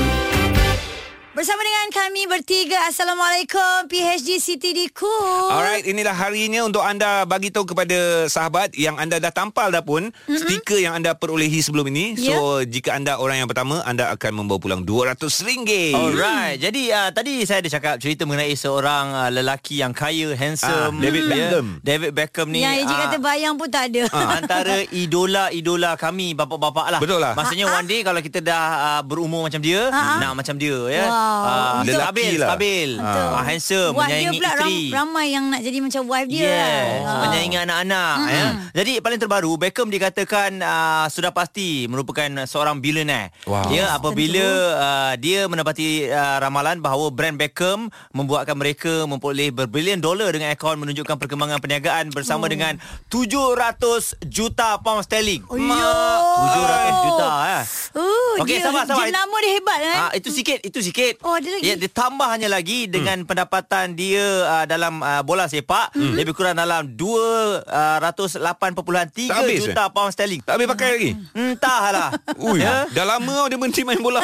Bersama dengan kami bertiga. Assalamualaikum. PHD Siti di Cool. Alright, inilah harinya untuk anda bagi tahu kepada sahabat yang anda dah tampal dah pun mm-hmm. stiker yang anda perolehi sebelum ini. Yeah. So, jika anda orang yang pertama, anda akan membawa pulang RM200. Alright. Jadi uh, tadi saya ada cakap cerita mengenai seorang uh, lelaki yang kaya, handsome, Ah, David ya. Beckham. David Beckham ni. Yang Eji ah, kata bayang pun tak ada. ah, antara idola-idola kami bapak-bapak lah. Betul lah. Maksudnya one day kalau kita dah uh, berumur macam dia, nak macam dia ya. Ah, Ah, Wow. Lelaki stabil, lah. stabil. Betul. Ah, handsome, Wife dia menyayangi pula ram, isteri. ramai yang nak jadi macam wife dia. Yes, Ah. menyayangi anak-anak. Ya. Jadi paling terbaru Beckham dikatakan uh, sudah pasti merupakan seorang billionaire. Wow. Ya, apabila uh, dia menepati uh, ramalan bahawa brand Beckham membuatkan mereka memperoleh berbilion dolar dengan akaun menunjukkan perkembangan perniagaan bersama oh. dengan 700 juta pound sterling. Oh, Ma, yo. 700 juta eh. Oh, Okey, dia, sabar, sabar. Dia nama dia hebat kan? Ah itu sikit, itu sikit. Oh, ada lagi? Ya, ditambahnya lagi dengan pendapatan dia uh, dalam uh, bola sepak hmm. lebih kurang dalam 208.3 Tak habis, juta eh? pound sterling. Tak habis pakai lagi. Entahlah. Ui, Ya. dah lama tau dia berhenti main bola.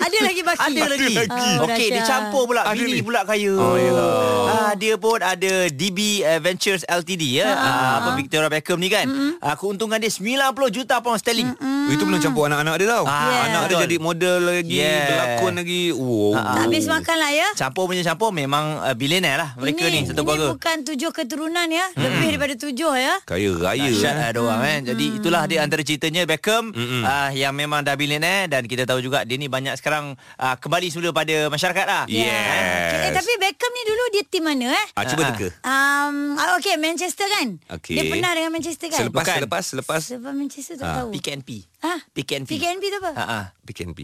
ada lagi baki. Ada lagi. lagi. Oh, Okey, dahsyat. dia campur pula. Ada Bini ni. pula kaya. Oh, yelah. Ah, dia pun ada DB uh, Ah, Ventures LTD ya. Ah, apa Victoria Beckham ni kan. Mm-hmm. Ah, keuntungan dia 90 juta pound sterling. Mm-hmm. Itu belum campur anak-anak dia tau. Ah, Anak dia betul. jadi model lagi, Yeah. berlakon lagi. Wow. Tak habis makan lah ya Campur punya campur memang uh, bilioner lah mereka ni ini, satu ini keluarga. bukan tujuh keturunan ya Lebih daripada tujuh ya Kaya raya. Dahsyat lah dia orang Hmm, kan Jadi itulah dia antara ceritanya Beckham uh, Yang memang dah bilioner Dan kita tahu juga Dia ni banyak sekarang uh, Kembali semula pada masyarakat lah Eh, Yes. tapi Beckham ni dulu dia tim mana eh? Ah, cuba teka. Um, ah, okay, Manchester kan? Okey. Dia pernah dengan Manchester kan? Selepas, Bukan. selepas, selepas. Sebab Manchester tak Ah. tahu. PKNP Ha? PKNP PKNP tu apa? Ah, Ha, ha. PKNP.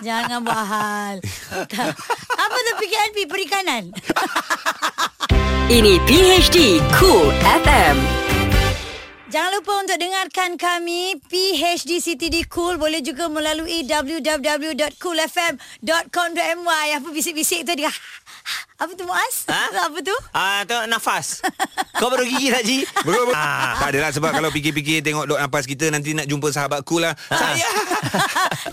Jangan buat hal. Tak. apa tu PKNP? Perikanan? Ini PHD Cool FM. Jangan lupa untuk dengarkan kami PHD City di Cool Boleh juga melalui www.coolfm.com.my Apa bisik-bisik tu dia "Ha, Apa tu Muaz? Ha? Apa tu? Ah, tu nafas. Kau baru gigi tak, Ji? Betul, betul. Ah, Tak adalah sebab kalau fikir-fikir tengok dok nafas kita nanti nak jumpa sahabatku lah. Saya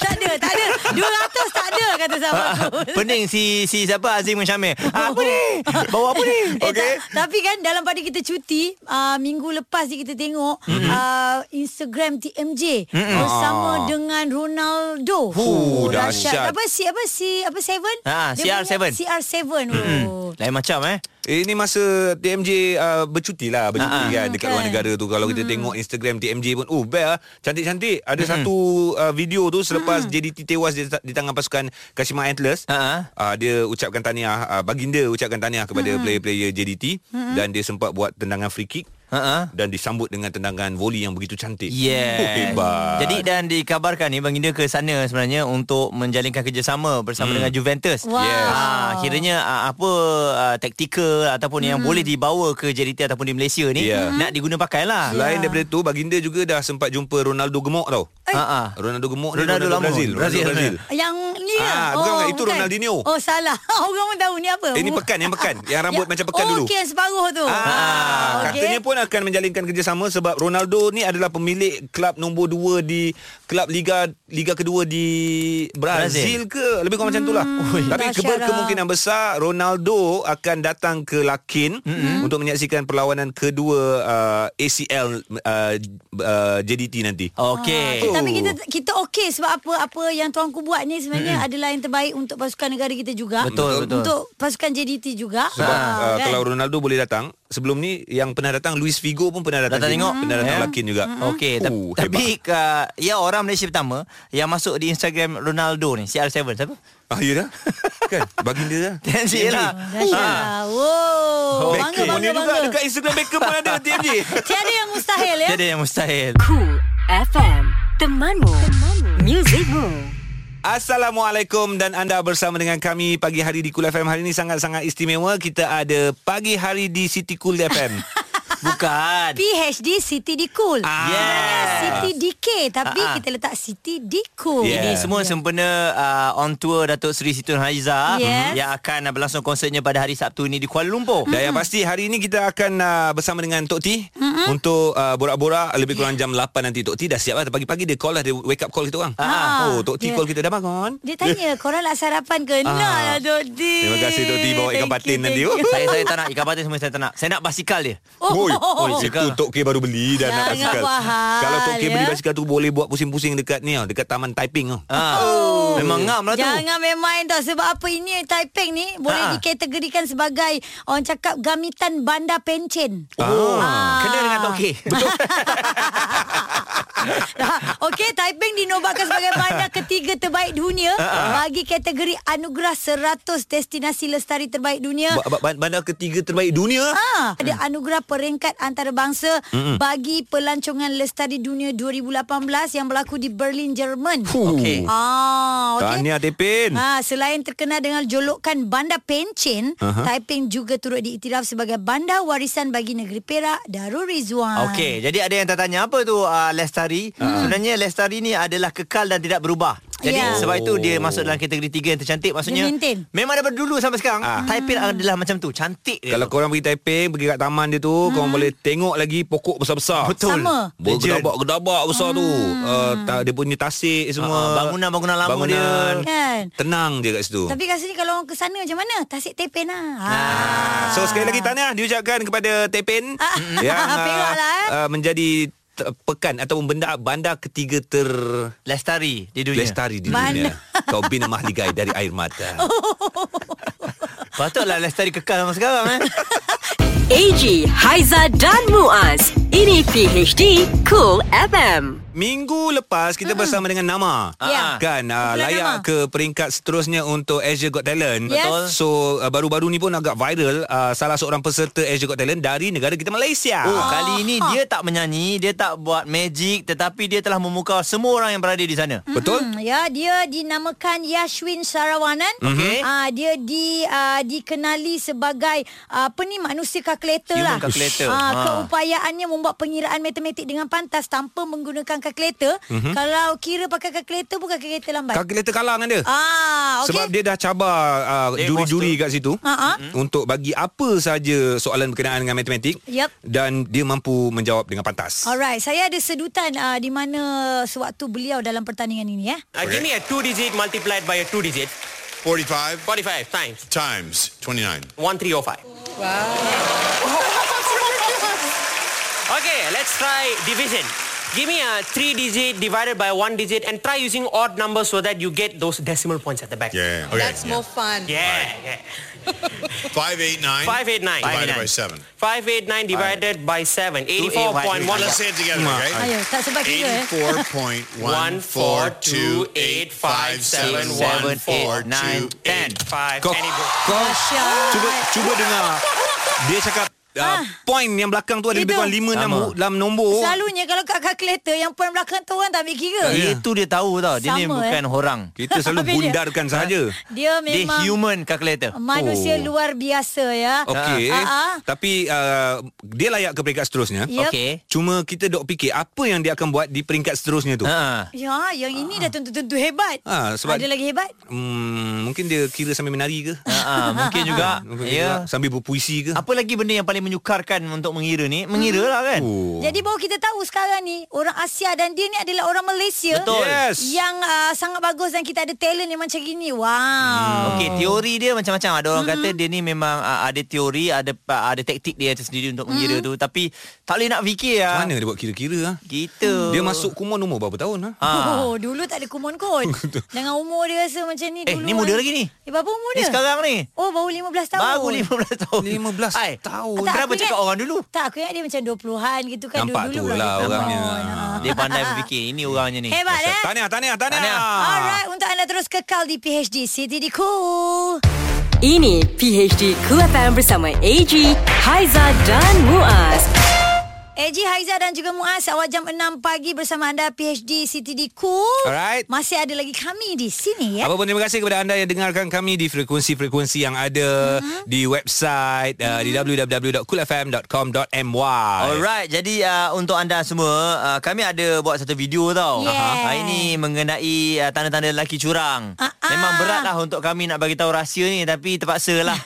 tak ada, tak ada 200 tak ada kata sahabat aku Ah, Pening si si siapa Azim dengan Syamil. Ah, apa ni? Bawa apa ni? Eh, tak, tapi kan dalam pada kita cuti uh, Minggu lepas ni kita tengok mm-hmm. uh, Instagram TMJ mm-hmm. Bersama Ah. dengan Ronaldo Huh, Oh, dahsyat. Apa si Apa si Apa Seven Ah, Dia CR7. punya CR7 mm-hmm. oh. Hmm. Lain macam eh. Eh, ini masa TMJ uh, bercuti lah Ha-ha. Bercuti kan Dekat luar Kan. negara tu Kalau kita tengok Instagram TMJ pun Oh best lah Cantik-cantik Ada satu uh, video tu Selepas JDT tewas di, di tangan pasukan Kashima Antlers Ha-ha. uh, Dia ucapkan tahniah uh, Baginda ucapkan tahniah Kepada player-player JDT Dan dia sempat buat tendangan free kick Ha-ha. Dan disambut dengan tendangan volley Yang begitu cantik Yeah. oh, Hebat Jadi dan dikabarkan ni Baginda ke sana sebenarnya untuk menjalinkan kerjasama bersama Hmm. dengan Juventus. Wow. Yes. Ah, kiranya ah, apa ah, taktikal ataupun Hmm. yang boleh dibawa ke JDT ataupun di Malaysia ni Yeah. nak diguna pakai lah. Ya. Selain daripada tu Baginda juga dah sempat jumpa Ronaldo gemuk tau Eh. Ha ah. Ronaldo gemuk ni Ronaldo lama. Ronaldo, Brazil Brazil. eh. Ronaldo Brazil Yang ni Ah, lah bukan, bukan. Itu Ronaldinho. Oh salah Orang pun tahu ni apa Eh, ni Mu- pekan, yang pekan. Yang rambut Ya. macam pekan oh, dulu. Okey separuh tu Ah, okey. katanya pun akan menjalinkan kerjasama sebab Ronaldo ni adalah pemilik klub nombor 2 di klub liga liga kedua di Brazil, ke lebih kurang macam itulah. Tapi dahsyat keber- lah. kemungkinan besar Ronaldo akan datang ke Lakin Hmm. untuk menyaksikan perlawanan kedua uh, ACL uh, uh, JDT nanti. Okey. Eh, tapi kita Oh. kita okey sebab apa apa yang tuanku buat ni sebenarnya mm-hmm. adalah yang terbaik untuk pasukan negara kita juga. Betul, betul. Untuk pasukan JDT juga. Ah, kan? Sebab uh, kalau Ronaldo boleh datang, sebelum ni yang pernah datang Luis Figo pun pernah datang. Datang juga. tengok. pernah datang Ya. Lakin juga. Hmm. Okey, ta- Oh, tapi hebat. uh, ya orang Malaysia pertama yang masuk di Instagram Ronaldo ni, CR7 siapa? Ah, ya dah. kan? Baginda dah. TNC lah. Ah. Dahsyatlah. Wow. Bangga Beckham bangga ni juga bangga. dekat Instagram Beckham pun ada TMJ. Tiada yang mustahil ya. Dia ada yang mustahil. Cool FM. Temanmu. Temanmu. Musicmu. Assalamualaikum dan anda bersama dengan kami pagi hari di Kul FM. Hari ini sangat-sangat istimewa. Kita ada pagi hari di City Kul FM. Ah, Bukan. PhD Siti di Cool. Ah. Sebenarnya Yes. Siti DK tapi Ah, ah. kita letak Siti di Cool. Yeah. Ini semua sempena uh, on tour Datuk Seri Situn Haliza Yes. yang akan uh, berlangsung konsertnya pada hari Sabtu ini di Kuala Lumpur. Dan yang pasti hari ini kita akan uh, bersama dengan Tok T mm-hmm. untuk uh, borak-borak lebih kurang jam 8 nanti. Tok T dah siap lah. Pagi-pagi dia call lah. Dia wake up call kita orang. Ah. Oh, Tok T Dia- call kita dah bangun. Dia tanya korang nak sarapan ke? Nak Ah. lah Dok D. Terima kasih Tok T bawa ikan Thank you, patin thank nanti. you. Oh. saya saya tak nak ikan patin semua saya tak nak. Saya nak basikal dia. Oi, Oh. oi, itu Tok K baru beli dan nak Jangan basikal. buat hal, Kalau Tok K beli ya. basikal tu boleh buat pusing-pusing dekat ni tau, dekat Taman Taiping tau. Ah. Oh. Memang ngam lah tu. Jangan main-main tau Sebab apa ini Taiping ni Boleh Ha. dikategorikan sebagai Orang cakap Gamitan bandar pencen Oh. Ah. Kena dengan Toki. Ha, Okey Taiping dinobatkan sebagai bandar ketiga terbaik dunia Bagi kategori anugerah 100 destinasi lestari terbaik dunia Ba- ba- ba- Bandar ketiga terbaik dunia. Ha, ada anugerah peringkat antarabangsa bagi pelancongan lestari dunia 2018 yang berlaku di Berlin, Jerman. Okey. Ah, okey. Tahniah Tepin. Ha, selain terkenal dengan jolokan Bandar Pencin, uh-huh. Taiping juga turut diiktiraf sebagai bandar warisan bagi negeri Perak, Darul Rizwan. Okey, jadi ada yang tertanya apa tu uh, Lestari? Ah. Sebenarnya Lestari ni adalah kekal dan tidak berubah. Jadi Ya. yeah. sebab itu Oh. dia masuk dalam kategori tiga yang tercantik maksudnya. Dia maintain. Memang daripada dulu sampai sekarang, ah. Taipei adalah macam tu, cantik dia. Kalau korang pergi Taipei Pergi kat taman dia tu hmm. Korang boleh tengok lagi Pokok besar-besar Betul. Sama. Gedabak-gedabak besar hmm. tu uh, ta, Dia punya tasik semua Ah, ah, bangunan-bangunan lama Bangunan. dia. Kan? Tenang je kat situ Tapi rasanya kalau orang ke sana macam mana? Tasik Taiping lah. Ha. Ah. So sekali lagi tahniah diucapkan kepada Tepin Ah. yang Perak lah, eh. uh, menjadi t- pekan ataupun benda bandar ketiga ter Lestari di dunia. lestari di Bandar. dunia. Kau bina mahligai dari air mata. Patutlah lestari kekal sama sekarang eh. AG, Haiza dan Muaz. Ini PHD Cool FM. Minggu lepas kita bersama dengan Nama. Ya. Kan uh, Kumpulan layak Nama. ke peringkat seterusnya untuk Asia Got Talent. Yes. Betul. So uh, baru-baru ni pun agak viral uh, salah seorang peserta Asia Got Talent dari negara kita Malaysia. Ah, Oh, kan? kali ini dia tak menyanyi, dia tak buat magic tetapi dia telah memukau semua orang yang berada di sana. Betul? Hmm, ya, dia dinamakan Yashwin Sarawanan. Okey. Ah, dia di ah, dikenali sebagai ah, apa ni manusia kalkulator Human lah. calculator. Ah, Ha. Keupayaannya membuat pengiraan matematik dengan pantas tanpa menggunakan kalkulator. Kalau kira pakai kalkulator bukan kalkulator lambat. Kalkulator kalah dengan dia. ah, okey. Ah, Sebab dia dah cabar uh, Dia juri-juri imposter. kat situ Ha-ha. Mm-mm. untuk bagi apa saja soalan berkenaan dengan matematik Yep. dan dia mampu menjawab dengan pantas. Alright, saya ada sedutan uh, di mana sewaktu beliau dalam pertandingan ini eh. Uh, give me a two digit multiplied by a two digit. 45 45 times times 29. 1305. Okay, let's try division. Give me a three digit divided by one digit and try using odd numbers so that you get those decimal points at the back. Yeah. Okay. That's more Yeah, yeah. 589. 589. Divided by 7. 589 divided by 7. Well, 84.1. let's say it together, okay? Ayo, tak sebab kira eh. 84.14285714285. Kau, kau cuba cuba dengar. Dia cakap uh, point yang belakang tu ada lebih Ah. Itu. kurang Sama. 5 6 dalam nombor. Selalunya kalau kat kalkulator yang poin belakang tu orang tak ambil kira. Itu dia tahu tau. Dia ni Sama, bukan eh. orang. Ya. Kita selalu Habis dia. Ha. bundarkan saja. Dia Dia memang human calculator. manusia Oh. luar biasa ya. Okey. Ah, ah. Tapi uh, dia layak ke peringkat seterusnya. Yep. Okey. Cuma kita dok fikir apa yang dia akan buat di peringkat seterusnya tu. Ha. Ya, yang ini dah tentu-tentu hebat. Ah, sebab- Ada lagi hebat? Hmm, mungkin dia kira sambil menari ke? Ha, ha, mungkin juga. Mungkin ya. juga sambil berpuisi ke? Apa lagi benda yang paling menyukarkan untuk mengira ni? Mengira Hmm. lah kan? Oh. Jadi baru kita tahu sekarang ni orang Asia dan dia ni adalah orang Malaysia. Betul. Yes. Yang uh, sangat bagus dan kita ada talent yang macam gini. Wow. Okey, teori dia macam-macam. Ada orang Hmm. mm-hmm. kata dia ni memang uh, ada teori, ada uh, ada taktik dia sendiri untuk Hmm. mengira mm-hmm. tu. Tapi tak boleh nak fikir lah. Mana dia buat kira-kira ah? Gitu. Hmm. Dia masuk kumon umur berapa tahun ah? Ha. Oh, dulu tak ada kumon kot. Dengan umur dia rasa macam ni Eh, dulu. ni muda kan. lagi ni. Eh, berapa umur Ni dia? sekarang ni. Oh, baru 15 tahun. Baru 15 tahun. 15 Hai, tahun. Tak, Kenapa aku cakap ingat- orang dulu? Tak, aku ingat dia macam 20-an gitu kan. Nampak dulu tu lah orangnya. ha. Dia pandai berfikir. Ini orangnya ni. Hebat eh? Tahniah, tahniah, tahniah. Tahniah. Alright, untuk anda terus kekal di PHD City di Cool. Ini PHD Cool FM bersama AG, Haiza dan Muaz. Eji Haiza dan juga Muaz awal jam 6 pagi bersama anda PHD CTD Cool. Alright. Masih ada lagi kami di sini ya. Apa pun terima kasih kepada anda yang dengarkan kami di frekuensi-frekuensi yang ada Mm-hmm. di website uh, di www.coolfm.com.my. Alright, jadi uh, untuk anda semua, uh, kami ada buat satu video tau. Yes. Aha. Hari ni mengenai uh, tanda-tanda lelaki curang. Ah, ah. Memang berat lah untuk kami nak bagi tahu rahsia ni tapi terpaksa lah.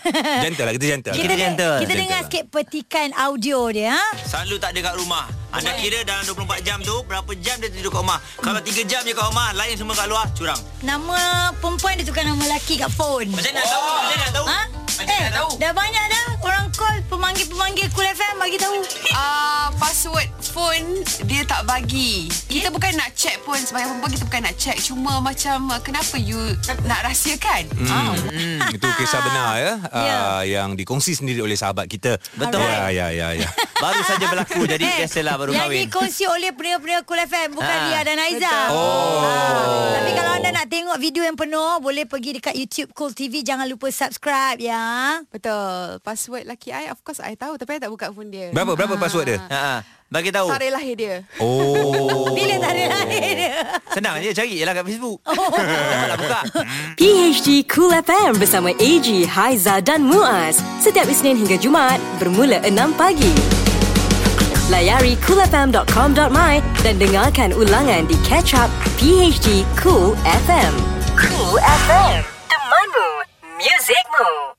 Gentle lah kita gentle. Kita de- gentle. kita dengar Gentle. sikit petikan audio dia. Ha? Selalu tak ada kat rumah. Anda kira dalam 24 jam tu berapa jam dia tidur kat rumah? Kalau 3 jam je kat rumah, lain semua kat luar curang. Nama perempuan dia tukar nama lelaki kat phone. Macam mana nak tahu? Macam mana nak tahu? Ha? Macam Eh, mana nak tahu? dah banyak dah orang call pemanggil-pemanggil Cool FM bagi tahu. uh, password phone dia tak bagi. Kita bukan nak check pun sebagai perempuan kita bukan nak check cuma macam uh, kenapa you nak rahsiakan? Ah. Hmm, itu kisah Ah. benar ya Ya. yeah. uh, yang dikongsi sendiri oleh sahabat kita. Betul. Ya ya ya ya. Baru saja berlaku jadi Eh, biasalah baru Yang kahwin. dikongsi oleh pria-pria Cool FM Bukan Ah. Ria dan Aiza Oh. Ah. Tapi kalau anda nak tengok video yang penuh Boleh pergi dekat YouTube Cool TV Jangan lupa subscribe ya Betul. Password laki I of course I tahu tapi I tak buka phone dia. Berapa berapa password dia? Ha, ha. Bagi tahu. Tarikh lahir dia. Oh. Bila tak ada lahir dia Senang je cari je lah kat Facebook. Oh. Nak buka. PHD Cool FM bersama AG, Haiza dan Muaz. Setiap Isnin hingga Jumaat bermula 6 pagi. Layari coolfm.com.my dan dengarkan ulangan di Catch Up PHD Cool FM. Cool FM. Temanmu. Muzikmu.